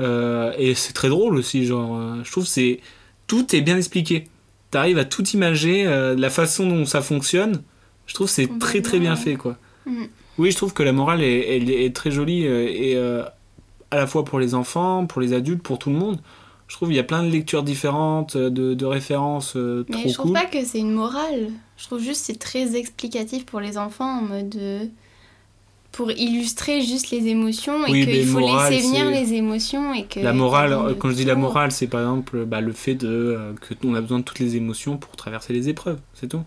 [SPEAKER 9] euh, et c'est très drôle aussi. Genre, euh, je trouve que c'est tout est bien expliqué. T'arrives à tout imager, euh, la façon dont ça fonctionne. Je trouve que c'est très très bien
[SPEAKER 10] Complètement,
[SPEAKER 9] fait, quoi.
[SPEAKER 10] Mm.
[SPEAKER 9] Oui, je trouve que la morale est, elle est très jolie euh, et euh, à la fois pour les enfants, pour les adultes, pour tout le monde. Je trouve qu'il y a plein de lectures différentes, euh, de, de références euh,
[SPEAKER 10] Mais
[SPEAKER 9] trop
[SPEAKER 10] je trouve
[SPEAKER 9] cool.
[SPEAKER 10] pas que c'est une morale. Je trouve juste que c'est très explicatif pour les enfants en mode euh, pour illustrer juste les émotions et
[SPEAKER 9] Oui, mais
[SPEAKER 10] qu'il faut
[SPEAKER 9] morale,
[SPEAKER 10] laisser venir
[SPEAKER 9] c'est-
[SPEAKER 10] les émotions et que
[SPEAKER 9] La morale,
[SPEAKER 10] t'as besoin
[SPEAKER 9] euh,
[SPEAKER 10] de
[SPEAKER 9] quand je dis la
[SPEAKER 10] tout.
[SPEAKER 9] morale, c'est par exemple bah, le fait de euh, que on a besoin de toutes les émotions pour traverser les épreuves, c'est tout.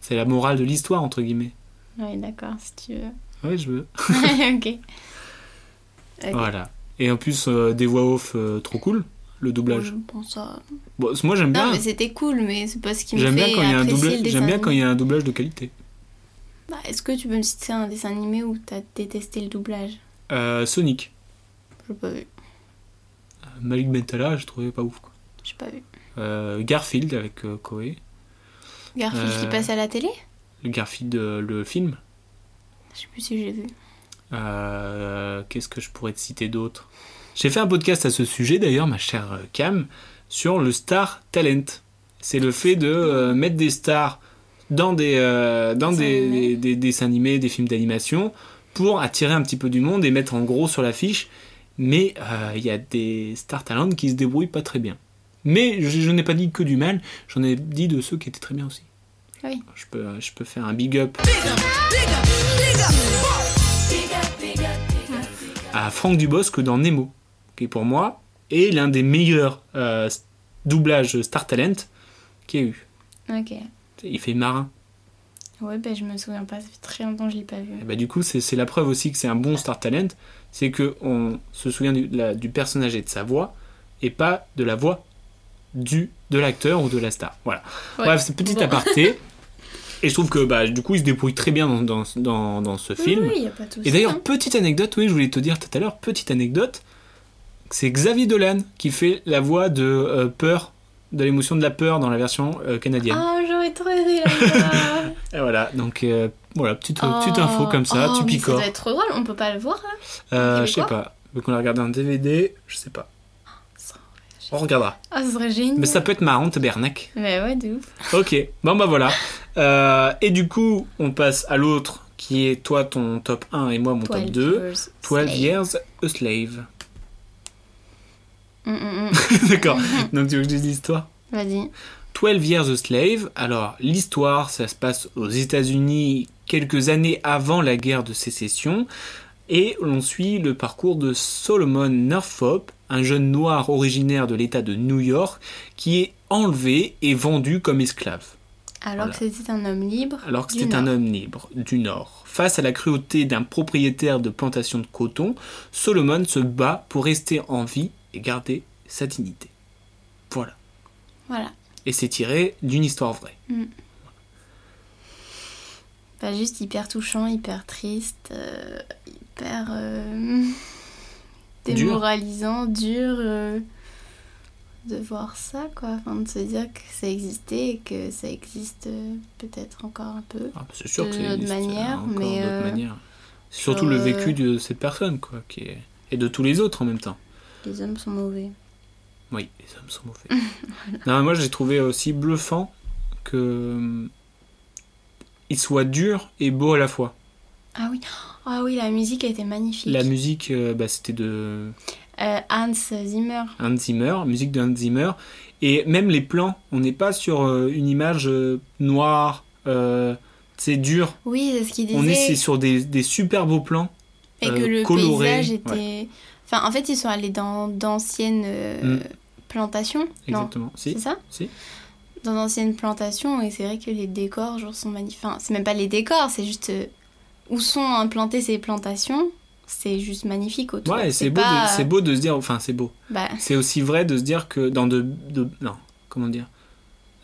[SPEAKER 9] C'est la morale de l'histoire entre guillemets.
[SPEAKER 10] Ouais, d'accord, si tu veux.
[SPEAKER 9] Ouais, je veux.
[SPEAKER 10] ok. Ok.
[SPEAKER 9] Voilà. Et en plus euh, des voix off euh, trop cool, le doublage.
[SPEAKER 10] Je pense à-
[SPEAKER 9] Bon, moi j'aime
[SPEAKER 10] Non,
[SPEAKER 9] bien.
[SPEAKER 10] mais c'était cool, mais c'est pas ce qui me fait
[SPEAKER 9] J'aime bien quand il y a un
[SPEAKER 10] apprécier
[SPEAKER 9] doublage.
[SPEAKER 10] le dessin
[SPEAKER 9] J'aime bien
[SPEAKER 10] animé.
[SPEAKER 9] quand il y a un doublage de qualité.
[SPEAKER 10] Bah, Est-ce que tu peux me citer un dessin animé où t'as détesté le doublage
[SPEAKER 9] Euh, Sonic,
[SPEAKER 10] J'ai pas vu.
[SPEAKER 9] euh, Malik Bentala, je trouvais pas ouf. Quoi.
[SPEAKER 10] J'ai pas vu.
[SPEAKER 9] Euh, Garfield avec euh, Koei.
[SPEAKER 10] Garfield qui
[SPEAKER 9] Euh,
[SPEAKER 10] passe à la télé
[SPEAKER 9] Le Garfield, euh, le film.
[SPEAKER 10] Je sais plus si j'ai vu.
[SPEAKER 9] Euh, Qu'est-ce que je pourrais te citer d'autre J'ai fait un podcast à ce sujet d'ailleurs, ma chère euh, Cam, sur le star talent. C'est le fait de euh, mettre des stars dans des euh, dans
[SPEAKER 10] Dessins
[SPEAKER 9] des,
[SPEAKER 10] animés.
[SPEAKER 9] des- des dessins animés, des films d'animation, pour attirer un petit peu du monde et mettre en gros sur l'affiche. Mais euh, il y a des star talents qui se débrouillent pas très bien. Mais je, je n'ai pas dit que du mal, j'en ai dit de ceux qui étaient très bien aussi.
[SPEAKER 10] Ah oui.
[SPEAKER 9] Je peux, je peux faire un big up à Franck Dubosc dans Nemo, qui pour moi est l'un des meilleurs euh, doublages Star Talent qu'il y a eu.
[SPEAKER 10] Ok.
[SPEAKER 9] Il fait marin.
[SPEAKER 10] Ouais, ben je me souviens pas, ça fait très longtemps que je l'ai pas vu.
[SPEAKER 9] Et bah, du coup, c'est c'est la preuve aussi que c'est un bon star talent, c'est que on se souvient du, la- du personnage et de sa voix, et pas de la voix du de l'acteur ou de la star. Voilà.
[SPEAKER 10] Ouais.
[SPEAKER 9] Bref, c'est petit
[SPEAKER 10] Bon.
[SPEAKER 9] aparté. Et je trouve que bah, du coup, il se débrouille très bien dans, dans, dans, dans ce
[SPEAKER 10] Oui,
[SPEAKER 9] film.
[SPEAKER 10] Oui, y a pas de souci,
[SPEAKER 9] Et d'ailleurs,
[SPEAKER 10] hein.
[SPEAKER 9] petite anecdote, oui, je voulais te dire tout à l'heure, petite anecdote, c'est Xavier Dolan qui fait la voix de euh, peur, de l'émotion de la peur dans la version euh, canadienne.
[SPEAKER 10] Ah, j'aurais trop aimé la voir.
[SPEAKER 9] Et voilà, donc euh, voilà, petite, petite info comme ça,
[SPEAKER 10] Oh,
[SPEAKER 9] tu
[SPEAKER 10] mais
[SPEAKER 9] picores.
[SPEAKER 10] Ça doit être trop drôle, on peut pas le voir là.
[SPEAKER 9] Euh, je sais
[SPEAKER 10] Québécois
[SPEAKER 9] pas, vu qu'on l'a regardé en DVD, je sais pas.
[SPEAKER 10] ça
[SPEAKER 9] On regardera.
[SPEAKER 10] Ah, ça serait génial.
[SPEAKER 9] Mais ça peut être marrant, tabernacle.
[SPEAKER 10] Mais ouais, de ouf.
[SPEAKER 9] Ok, bon bah voilà. Euh, et du coup, on passe à l'autre qui est toi ton top 1 et moi mon top 2. 12 Years a Slave.
[SPEAKER 10] Hum, hum, hum.
[SPEAKER 9] D'accord, donc tu veux que je dise l'histoire
[SPEAKER 10] Vas-y.
[SPEAKER 9] 12 Years a Slave. Alors, l'histoire, ça se passe aux États-Unis quelques années avant la guerre de sécession. Et l'on suit le parcours de Solomon Northrop, un jeune noir originaire de l'État de New York, qui est enlevé et vendu comme esclave
[SPEAKER 10] Alors
[SPEAKER 9] Voilà.
[SPEAKER 10] que c'était un homme libre.
[SPEAKER 9] alors que
[SPEAKER 10] du
[SPEAKER 9] c'était un
[SPEAKER 10] Nord.
[SPEAKER 9] homme libre du Nord. Face à la cruauté d'un propriétaire de plantation de coton, Solomon se bat pour rester en vie et garder sa dignité. Voilà.
[SPEAKER 10] Voilà.
[SPEAKER 9] Et c'est tiré d'une histoire vraie.
[SPEAKER 10] Pas juste hyper touchant, hyper triste, euh, hyper. euh,
[SPEAKER 9] Dur.
[SPEAKER 10] démoralisant, dur. euh, de voir ça, quoi. Enfin, de se dire que ça existait et que ça existe euh, peut-être encore un peu.
[SPEAKER 9] Ah, bah, c'est sûr
[SPEAKER 10] De
[SPEAKER 9] que c'est
[SPEAKER 10] notre
[SPEAKER 9] existe, euh,
[SPEAKER 10] manière,
[SPEAKER 9] encore
[SPEAKER 10] mais,
[SPEAKER 9] d'autres
[SPEAKER 10] euh,
[SPEAKER 9] manières. C'est Surtout le
[SPEAKER 10] euh,
[SPEAKER 9] vécu de cette personne, quoi, qui est... et de tous les autres en même temps.
[SPEAKER 10] Les hommes sont mauvais.
[SPEAKER 9] Oui, les hommes sont mauvais. Non, mais moi, j'ai trouvé aussi bluffant que euh, il soit dur et beau à la fois.
[SPEAKER 10] Ah oui, ah oui, la musique était magnifique.
[SPEAKER 9] La musique, euh, bah, c'était de
[SPEAKER 10] Euh, Hans Zimmer.
[SPEAKER 9] Hans Zimmer, musique de Hans Zimmer, et même les plans, on n'est pas sur euh, une image euh, noire, euh, c'est dur,
[SPEAKER 10] Oui, c'est ce qu'il disait.
[SPEAKER 9] on est c'est sur des, des super beaux plans.
[SPEAKER 10] et que
[SPEAKER 9] euh,
[SPEAKER 10] le
[SPEAKER 9] coloré,
[SPEAKER 10] paysage était. Enfin, en fait, ils sont allés dans d'anciennes euh,
[SPEAKER 9] Mm.
[SPEAKER 10] plantations. Non,
[SPEAKER 9] Exactement. Si,
[SPEAKER 10] c'est ça
[SPEAKER 9] si.
[SPEAKER 10] Dans d'anciennes plantations, et c'est vrai que les décors genre, sont magnifiques. Enfin, c'est même pas les décors, c'est juste euh, où sont implantées ces plantations. C'est juste magnifique autour.
[SPEAKER 9] Ouais, et c'est beau,
[SPEAKER 10] pas,
[SPEAKER 9] de, c'est beau de se dire, enfin c'est beau.
[SPEAKER 10] bah,
[SPEAKER 9] C'est aussi vrai de se dire que dans de, de- non, comment dire,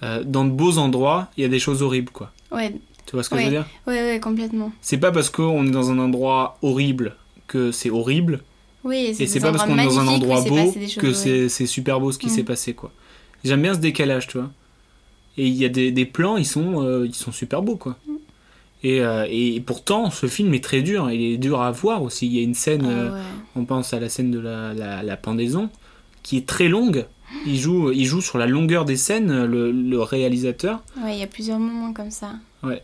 [SPEAKER 9] Euh, dans de beaux endroits, il y a des choses horribles, quoi.
[SPEAKER 10] ouais,
[SPEAKER 9] Tu vois ce que je
[SPEAKER 10] Ouais.
[SPEAKER 9] veux dire
[SPEAKER 10] ouais, ouais, complètement.
[SPEAKER 9] C'est pas parce qu'on est dans un endroit horrible que c'est horrible,
[SPEAKER 10] Oui,
[SPEAKER 9] Et c'est pas parce qu'on est dans un endroit beau que c'est c'est super beau ce qui
[SPEAKER 10] Mm.
[SPEAKER 9] s'est passé quoi. J'aime bien ce décalage, tu vois. Et il y a des, des plans, ils sont euh, ils sont super beaux quoi. Et, euh, et pourtant, ce film est très dur. Il est dur à voir aussi. Il y a une scène,
[SPEAKER 10] Ah
[SPEAKER 9] euh, on pense à la scène de la, la, la pendaison, qui est très longue. Il joue, il joue sur la longueur des scènes, le, le réalisateur.
[SPEAKER 10] Ouais, il y a plusieurs moments comme ça.
[SPEAKER 9] Ouais.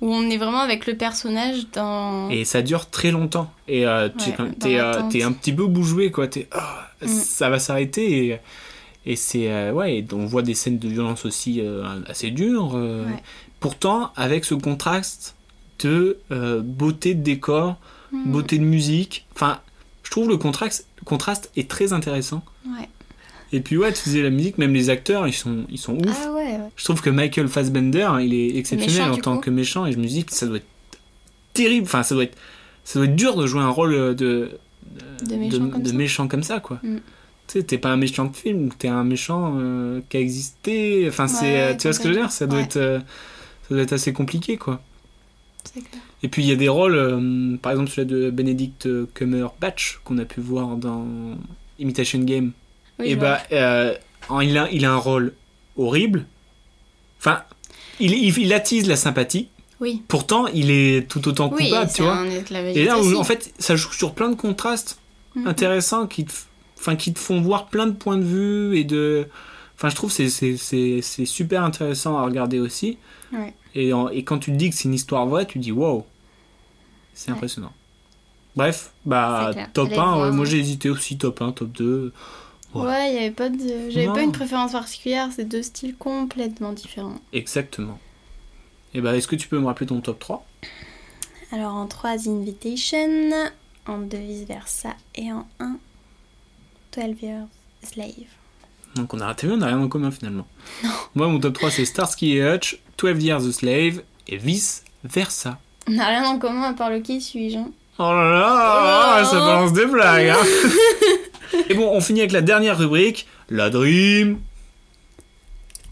[SPEAKER 10] Où on est vraiment avec le personnage dans.
[SPEAKER 9] Et ça dure très longtemps. Et euh, tu
[SPEAKER 10] Ouais, dans
[SPEAKER 9] es,
[SPEAKER 10] l'attente.
[SPEAKER 9] un petit peu bougoué, quoi. T'es, Ah,
[SPEAKER 10] Mm.
[SPEAKER 9] Ça va s'arrêter. Et, et c'est. euh, ouais, et on voit des scènes de violence aussi euh, assez dures. euh,
[SPEAKER 10] Ouais.
[SPEAKER 9] Pourtant, avec ce contraste de euh, beauté de décor,
[SPEAKER 10] Hmm,
[SPEAKER 9] beauté de musique. Enfin, je trouve le contraste, le contraste est très intéressant.
[SPEAKER 10] Ouais.
[SPEAKER 9] Et puis, ouais, tu disais la musique, même les acteurs, ils sont, ils sont ouf.
[SPEAKER 10] Ah ouais, ouais.
[SPEAKER 9] Je trouve que Michael Fassbender, il est exceptionnel
[SPEAKER 10] Méchant,
[SPEAKER 9] en
[SPEAKER 10] du
[SPEAKER 9] tant
[SPEAKER 10] coup.
[SPEAKER 9] que méchant et je me dis que ça doit être terrible, enfin ça doit être, ça doit être dur de jouer un rôle euh, de,
[SPEAKER 10] De méchant comme ça.
[SPEAKER 9] méchant comme ça quoi.
[SPEAKER 10] Mm.
[SPEAKER 9] Tu sais, t'es pas un méchant de film, t'es un méchant euh, qui a existé. Enfin, c'est,
[SPEAKER 10] Ouais,
[SPEAKER 9] euh, tu vois ce que je veux dire Ça doit
[SPEAKER 10] ouais.
[SPEAKER 9] être, euh, ça doit être assez compliqué quoi.
[SPEAKER 10] c'est clair.
[SPEAKER 9] Et puis il y a des rôles, euh, par exemple celui de Benedict euh, Cumberbatch qu'on a pu voir dans Imitation Game
[SPEAKER 10] Oui,
[SPEAKER 9] et
[SPEAKER 10] je vois.
[SPEAKER 9] bah, euh, en- il, a, il a un rôle horrible. Enfin, il, il, il attise la sympathie.
[SPEAKER 10] Oui.
[SPEAKER 9] Pourtant, il est tout autant
[SPEAKER 10] Oui,
[SPEAKER 9] coupable,
[SPEAKER 10] c'est
[SPEAKER 9] tu vois.
[SPEAKER 10] un esclavagiste
[SPEAKER 9] Et là, où,
[SPEAKER 10] aussi.
[SPEAKER 9] en fait, ça joue sur plein de contrastes
[SPEAKER 10] Mhm.
[SPEAKER 9] intéressants qui te, f- enfin, qui te font voir plein de points de vue et de. Enfin, je trouve que c'est- c'est- c'est c'est super intéressant à regarder aussi.
[SPEAKER 10] Ouais.
[SPEAKER 9] Et, en- et quand tu te dis que c'est une histoire vraie, tu dis waouh, c'est
[SPEAKER 10] Ouais.
[SPEAKER 9] impressionnant. Bref, bah,
[SPEAKER 10] C'est clair.
[SPEAKER 9] top
[SPEAKER 10] Allez
[SPEAKER 9] 1, ouais,
[SPEAKER 10] voir.
[SPEAKER 9] moi j'ai hésité aussi, top 1, top 2. Voilà.
[SPEAKER 10] Ouais, il y avait pas de. J'avais
[SPEAKER 9] Non.
[SPEAKER 10] pas une préférence particulière, c'est deux styles complètement différents.
[SPEAKER 9] Exactement. Et bah, est-ce que tu peux me rappeler ton top 3
[SPEAKER 10] Alors en 3, The Invitation. En 2, Vice Versa. Et en 1, 12 Years a Slave.
[SPEAKER 9] Donc, on a raté, on n'a rien en commun finalement. Moi, mon top 3, c'est Starsky et Hutch, 12 Years a Slave et vice-versa.
[SPEAKER 10] On n'a rien en commun à part le qui suis-je. hein.
[SPEAKER 9] Oh là là, ça balance des blagues. hein. et bon, on finit avec la dernière rubrique, la dream.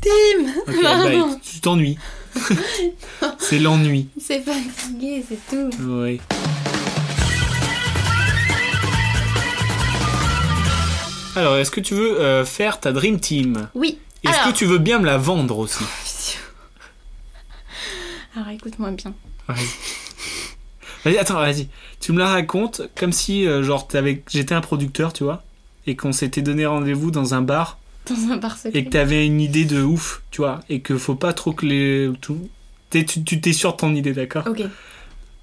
[SPEAKER 10] Tim
[SPEAKER 9] Ok, bye. tu t'ennuies. C'est l'ennui.
[SPEAKER 10] C'est fatigué, c'est tout.
[SPEAKER 9] Oui. Alors, est-ce que tu veux euh, faire ta dream team
[SPEAKER 10] Oui.
[SPEAKER 9] Et Est-ce
[SPEAKER 10] Alors.
[SPEAKER 9] que tu veux bien me la vendre aussi
[SPEAKER 10] Alors écoute-moi bien.
[SPEAKER 9] Vas-y, attends, vas-y. Tu me la racontes comme si, euh, genre, t'avais- j'étais un producteur, tu vois, et qu'on s'était donné rendez-vous dans un bar
[SPEAKER 10] Dans un bar secret.
[SPEAKER 9] et que t'avais une idée de ouf, tu vois, et que faut pas trop que les. Tout... t'es- tu tu t'es sûr de ton idée, d'accord
[SPEAKER 10] Ok.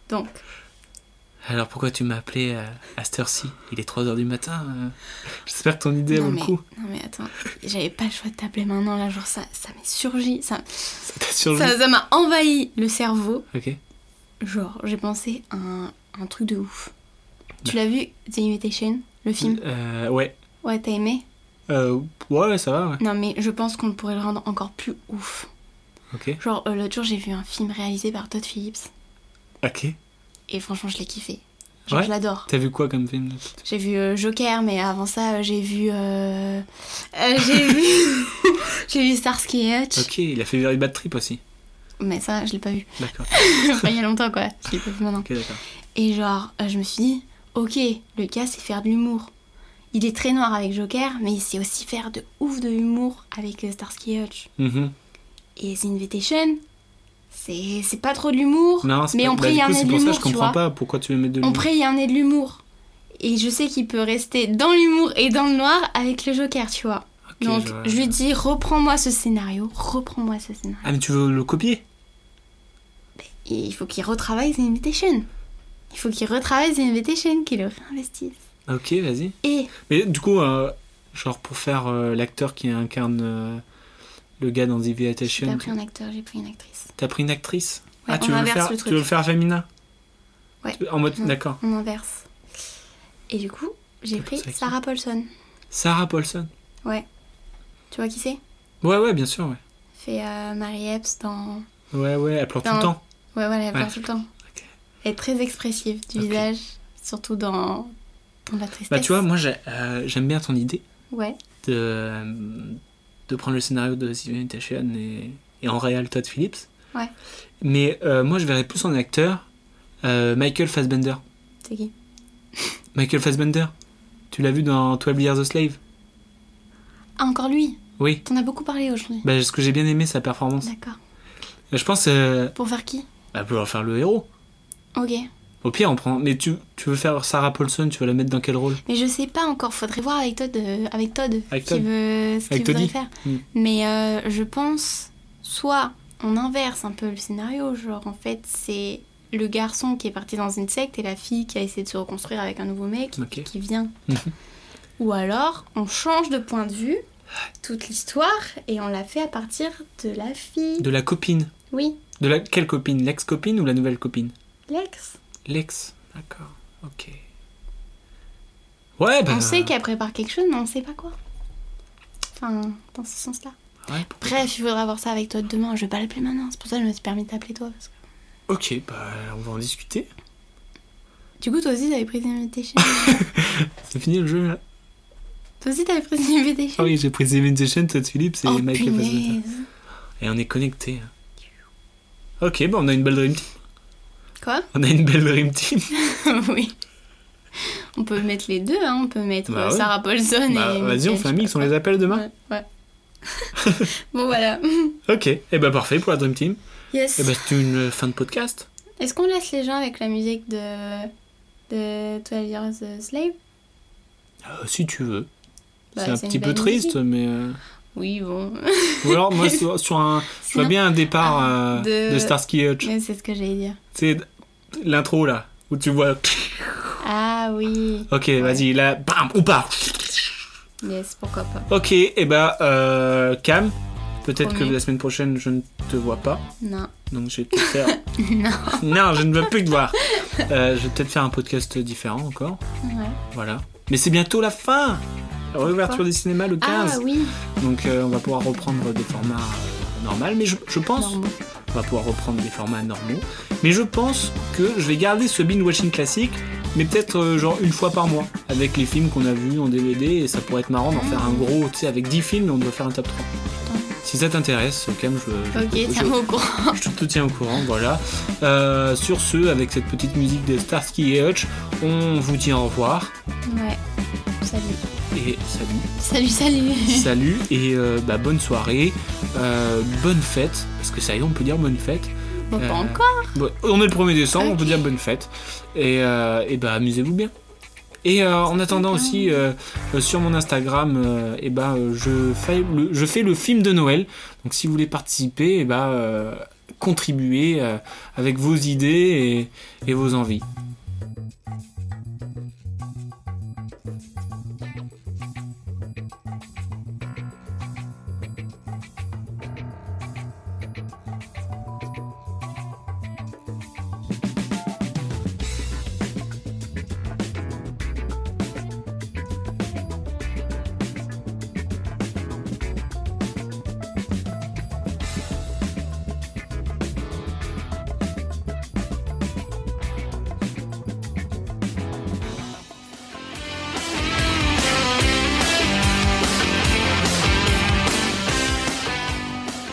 [SPEAKER 10] Donc,
[SPEAKER 9] Alors pourquoi tu m'as appelé euh, à cette heure-ci Il est 3h du matin. euh, J'espère que ton idée
[SPEAKER 10] non
[SPEAKER 9] vaut
[SPEAKER 10] mais,
[SPEAKER 9] le coup.
[SPEAKER 10] non mais attends, j'avais pas le choix de t'appeler maintenant là, genre ça, ça m'est surgi, ça
[SPEAKER 9] T'as surjoué.
[SPEAKER 10] ça ça m'a envahi le cerveau.
[SPEAKER 9] Ok.
[SPEAKER 10] Genre, j'ai pensé à un, un truc de ouf. Tu l'as vu, The Invitation, le film
[SPEAKER 9] Euh, ouais.
[SPEAKER 10] Ouais, t'as aimé
[SPEAKER 9] Euh, ouais, ouais, ça va, ouais.
[SPEAKER 10] Non mais je pense qu'on pourrait le rendre encore plus ouf.
[SPEAKER 9] Ok.
[SPEAKER 10] Genre, euh, l'autre jour, j'ai vu un film réalisé par Todd Phillips
[SPEAKER 9] Ok.
[SPEAKER 10] et franchement, je l'ai kiffé. Genre,
[SPEAKER 9] Ouais.
[SPEAKER 10] je l'adore.
[SPEAKER 9] T'as vu quoi comme film
[SPEAKER 10] J'ai vu euh, Joker, mais avant ça, euh, j'ai vu. euh, euh, j'ai vu. j'ai vu Starsky et Hutch.
[SPEAKER 9] Ok, il a fait Very Bad Trip aussi.
[SPEAKER 10] Mais ça, je l'ai pas vu.
[SPEAKER 9] D'accord.
[SPEAKER 10] Enfin, il y a longtemps, quoi. Je l'ai pas vu maintenant.
[SPEAKER 9] Ok, d'accord.
[SPEAKER 10] Et genre, euh, je me suis dit, ok, le gars sait faire de l'humour. Il est très noir avec Joker, mais il sait aussi faire de ouf de l'humour avec euh, Starsky et Hutch.
[SPEAKER 9] Mhm.
[SPEAKER 10] Et The Invitation, c'est c'est pas trop de l'humour,
[SPEAKER 9] Non, c'est
[SPEAKER 10] mais
[SPEAKER 9] pas...
[SPEAKER 10] on
[SPEAKER 9] bah,
[SPEAKER 10] prie
[SPEAKER 9] du
[SPEAKER 10] y
[SPEAKER 9] coup,
[SPEAKER 10] un nez
[SPEAKER 9] c'est
[SPEAKER 10] de
[SPEAKER 9] pour ça que je
[SPEAKER 10] l'humour, tu
[SPEAKER 9] comprends pas
[SPEAKER 10] vois.
[SPEAKER 9] pourquoi tu veux mettre de
[SPEAKER 10] On
[SPEAKER 9] l'humour.
[SPEAKER 10] prie y un nez de l'humour. Et je sais qu'il peut rester dans l'humour et dans le noir avec le Joker, tu vois.
[SPEAKER 9] Ok,
[SPEAKER 10] Donc
[SPEAKER 9] vois.
[SPEAKER 10] je lui dis reprends-moi ce scénario, reprends-moi ce scénario.
[SPEAKER 9] Ah, mais tu veux le copier
[SPEAKER 10] Et il faut qu'il retravaille The Invitation. Il faut qu'il retravaille The Invitation, qu'il le réinvestisse.
[SPEAKER 9] Ok, vas-y.
[SPEAKER 10] Et
[SPEAKER 9] Mais du coup, euh, genre pour faire euh, l'acteur qui incarne euh, le gars dans The
[SPEAKER 10] j'ai pas
[SPEAKER 9] Invitation,
[SPEAKER 10] pris un acteur, j'ai pris une actrice.
[SPEAKER 9] t'as pris une actrice
[SPEAKER 10] Ouais,
[SPEAKER 9] Ah, tu
[SPEAKER 10] on
[SPEAKER 9] veux, le
[SPEAKER 10] inverse
[SPEAKER 9] faire,
[SPEAKER 10] le
[SPEAKER 9] tu
[SPEAKER 10] truc.
[SPEAKER 9] veux le faire Femina
[SPEAKER 10] Ouais. Mm.
[SPEAKER 9] Tu- En mode,
[SPEAKER 10] Non.
[SPEAKER 9] d'accord.
[SPEAKER 10] On inverse. Et du coup, j'ai
[SPEAKER 9] T'as
[SPEAKER 10] pris
[SPEAKER 9] pensé à qui
[SPEAKER 10] Sarah Paulson.
[SPEAKER 9] Sarah Paulson
[SPEAKER 10] Tu vois qui c'est
[SPEAKER 9] Ouais, ouais, bien sûr, ouais.
[SPEAKER 10] Fait euh, Mary Epps dans.
[SPEAKER 9] Ouais, ouais, elle pleure tout le
[SPEAKER 10] Dans-
[SPEAKER 9] temps.
[SPEAKER 10] Ouais, voilà, elle
[SPEAKER 9] Ouais.
[SPEAKER 10] pleure tout le temps.
[SPEAKER 9] Ok.
[SPEAKER 10] Elle est très expressive du
[SPEAKER 9] Ok.
[SPEAKER 10] visage, surtout dans, dans la tristesse.
[SPEAKER 9] Bah, tu vois, moi j'ai- euh, j'aime bien ton idée
[SPEAKER 10] Ouais.
[SPEAKER 9] de, euh, de prendre le scénario de The Invitation et, et en réel Todd Phillips.
[SPEAKER 10] Ouais.
[SPEAKER 9] Mais euh, moi je verrais plus en acteur euh, Michael Fassbender.
[SPEAKER 10] C'est qui
[SPEAKER 9] Michael Fassbender, tu l'as vu dans 12 Years a Slave
[SPEAKER 10] Ah, encore lui
[SPEAKER 9] Oui.
[SPEAKER 10] T'en as beaucoup parlé aujourd'hui.
[SPEAKER 9] Bah, ce que j'ai bien aimé, sa performance.
[SPEAKER 10] D'accord.
[SPEAKER 9] Je pense euh,
[SPEAKER 10] Pour faire qui
[SPEAKER 9] bah, pouvoir faire le héros.
[SPEAKER 10] Ok.
[SPEAKER 9] Au pire, on prend. Mais tu, tu veux faire Sarah Paulson, tu veux la mettre dans quel rôle
[SPEAKER 10] Mais je sais pas encore, faudrait voir avec Todd, euh, avec Todd,
[SPEAKER 9] Avec
[SPEAKER 10] ce qu'il
[SPEAKER 9] Todd.
[SPEAKER 10] veut, ce qu'il
[SPEAKER 9] Avec
[SPEAKER 10] voudrait
[SPEAKER 9] Toddy.
[SPEAKER 10] faire.
[SPEAKER 9] Mm.
[SPEAKER 10] Mais euh, je pense, soit on inverse un peu le scénario, genre en fait c'est le garçon qui est parti dans une secte et la fille qui a essayé de se reconstruire avec un nouveau mec
[SPEAKER 9] Ok.
[SPEAKER 10] qui vient.
[SPEAKER 9] Mhm.
[SPEAKER 10] Ou alors on change de point de vue toute l'histoire et on la fait à partir de la fille.
[SPEAKER 9] De la copine.
[SPEAKER 10] Oui,
[SPEAKER 9] De la quelle copine L'ex-copine ou la nouvelle copine
[SPEAKER 10] Lex.
[SPEAKER 9] L'ex. D'accord. Ok. Ouais, bah.
[SPEAKER 10] On sait qu'elle prépare quelque chose, mais on sait pas quoi. Enfin, dans ce sens-là.
[SPEAKER 9] ouais, pour-
[SPEAKER 10] Bref, il faudra voir ça avec toi demain. Je vais pas l'appeler maintenant. C'est pour ça que je me suis permis de t'appeler toi. parce que-
[SPEAKER 9] Ok, bah, on va en discuter.
[SPEAKER 10] Du coup, toi aussi, t'avais pris des invitations.
[SPEAKER 9] C'est fini le jeu là
[SPEAKER 10] toi aussi, t'avais pris des invitations.
[SPEAKER 9] Ah oui, j'ai pris The Invitation, Todd Phillips et
[SPEAKER 10] oh,
[SPEAKER 9] Michael Fassbender.
[SPEAKER 10] punaise.
[SPEAKER 9] Et on est connectés. hein. Ok, bah, on a une belle dream team.
[SPEAKER 10] Quoi
[SPEAKER 9] On a une belle dream team.
[SPEAKER 10] Oui. On peut mettre les deux, hein. On peut mettre
[SPEAKER 9] Bah
[SPEAKER 10] euh,
[SPEAKER 9] ouais.
[SPEAKER 10] Sarah Paulson
[SPEAKER 9] Bah,
[SPEAKER 10] et.
[SPEAKER 9] vas-y, on fait un mix, on les appelle demain.
[SPEAKER 10] Ouais. ouais. bon, voilà.
[SPEAKER 9] Ok, et bah parfait pour la Dream Team.
[SPEAKER 10] Yes.
[SPEAKER 9] Et bah c'est une euh, fin de podcast.
[SPEAKER 10] Est-ce qu'on laisse les gens avec la musique de. de 12 Years a Slave
[SPEAKER 9] Euh, si tu veux.
[SPEAKER 10] Bah,
[SPEAKER 9] c'est un
[SPEAKER 10] c'est
[SPEAKER 9] petit
[SPEAKER 10] une
[SPEAKER 9] peu
[SPEAKER 10] belle
[SPEAKER 9] triste,
[SPEAKER 10] musique.
[SPEAKER 9] mais. euh,
[SPEAKER 10] Oui, bon.
[SPEAKER 9] Ou alors, moi, sur, sur un. Je vois
[SPEAKER 10] Sinon-
[SPEAKER 9] bien un départ
[SPEAKER 10] Ah,
[SPEAKER 9] euh,
[SPEAKER 10] de-
[SPEAKER 9] de... Starsky et Hutch.
[SPEAKER 10] Mais c'est ce que j'allais dire.
[SPEAKER 9] Tu sais, l'intro là, où tu vois.
[SPEAKER 10] Ah oui.
[SPEAKER 9] Ok, vas-y, là, bam, ou pas.
[SPEAKER 10] Yes, pourquoi pas.
[SPEAKER 9] Ok, et bah, euh, Cam, peut-être que
[SPEAKER 10] Promis.
[SPEAKER 9] la semaine prochaine, je ne te vois pas.
[SPEAKER 10] Non.
[SPEAKER 9] Donc, je vais peut-être faire.
[SPEAKER 10] Non.
[SPEAKER 9] non, je ne veux plus te voir. Euh, je vais peut-être faire un podcast différent encore.
[SPEAKER 10] Ouais.
[SPEAKER 9] Voilà. Mais c'est bientôt la fin La réouverture des cinémas le 15.
[SPEAKER 10] Ah oui.
[SPEAKER 9] Donc euh, on va pouvoir reprendre des formats euh, normaux, mais je, je pense,
[SPEAKER 10] Normaux.
[SPEAKER 9] on va pouvoir reprendre des formats normaux. Mais je pense que je vais garder ce binge-watching classique, mais peut-être euh, genre une fois par mois, avec les films qu'on a vus en DVD, et ça pourrait être marrant d'en faire un gros, tu sais, avec 10 films, on doit faire un top 3. Si ça t'intéresse, Cam, je, je,
[SPEAKER 10] Ok,
[SPEAKER 9] je-
[SPEAKER 10] tiens-moi au courant.
[SPEAKER 9] je te tiens au courant, voilà. Euh, sur ce, avec cette petite musique de Starsky et Hutch, on vous dit au revoir,
[SPEAKER 10] Ouais. Salut.
[SPEAKER 9] et salut
[SPEAKER 10] Salut, salut.
[SPEAKER 9] salut et euh, bah, bonne soirée, euh, bonne fête, parce que ça y est, on peut dire bonne fête.
[SPEAKER 10] Bon,
[SPEAKER 9] Euh,
[SPEAKER 10] pas encore.
[SPEAKER 9] Bon, on est le 1er décembre, on peut
[SPEAKER 10] Ok.
[SPEAKER 9] dire bonne fête. Et, euh, et bah, amusez-vous bien. Et euh, en attendant aussi, euh, euh, sur mon Instagram, euh, eh ben, euh, je, fais le, je fais le film de Noël. Donc si vous voulez participer, eh ben, euh, contribuez euh, avec vos idées et- et vos envies.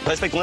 [SPEAKER 1] Je respecte ton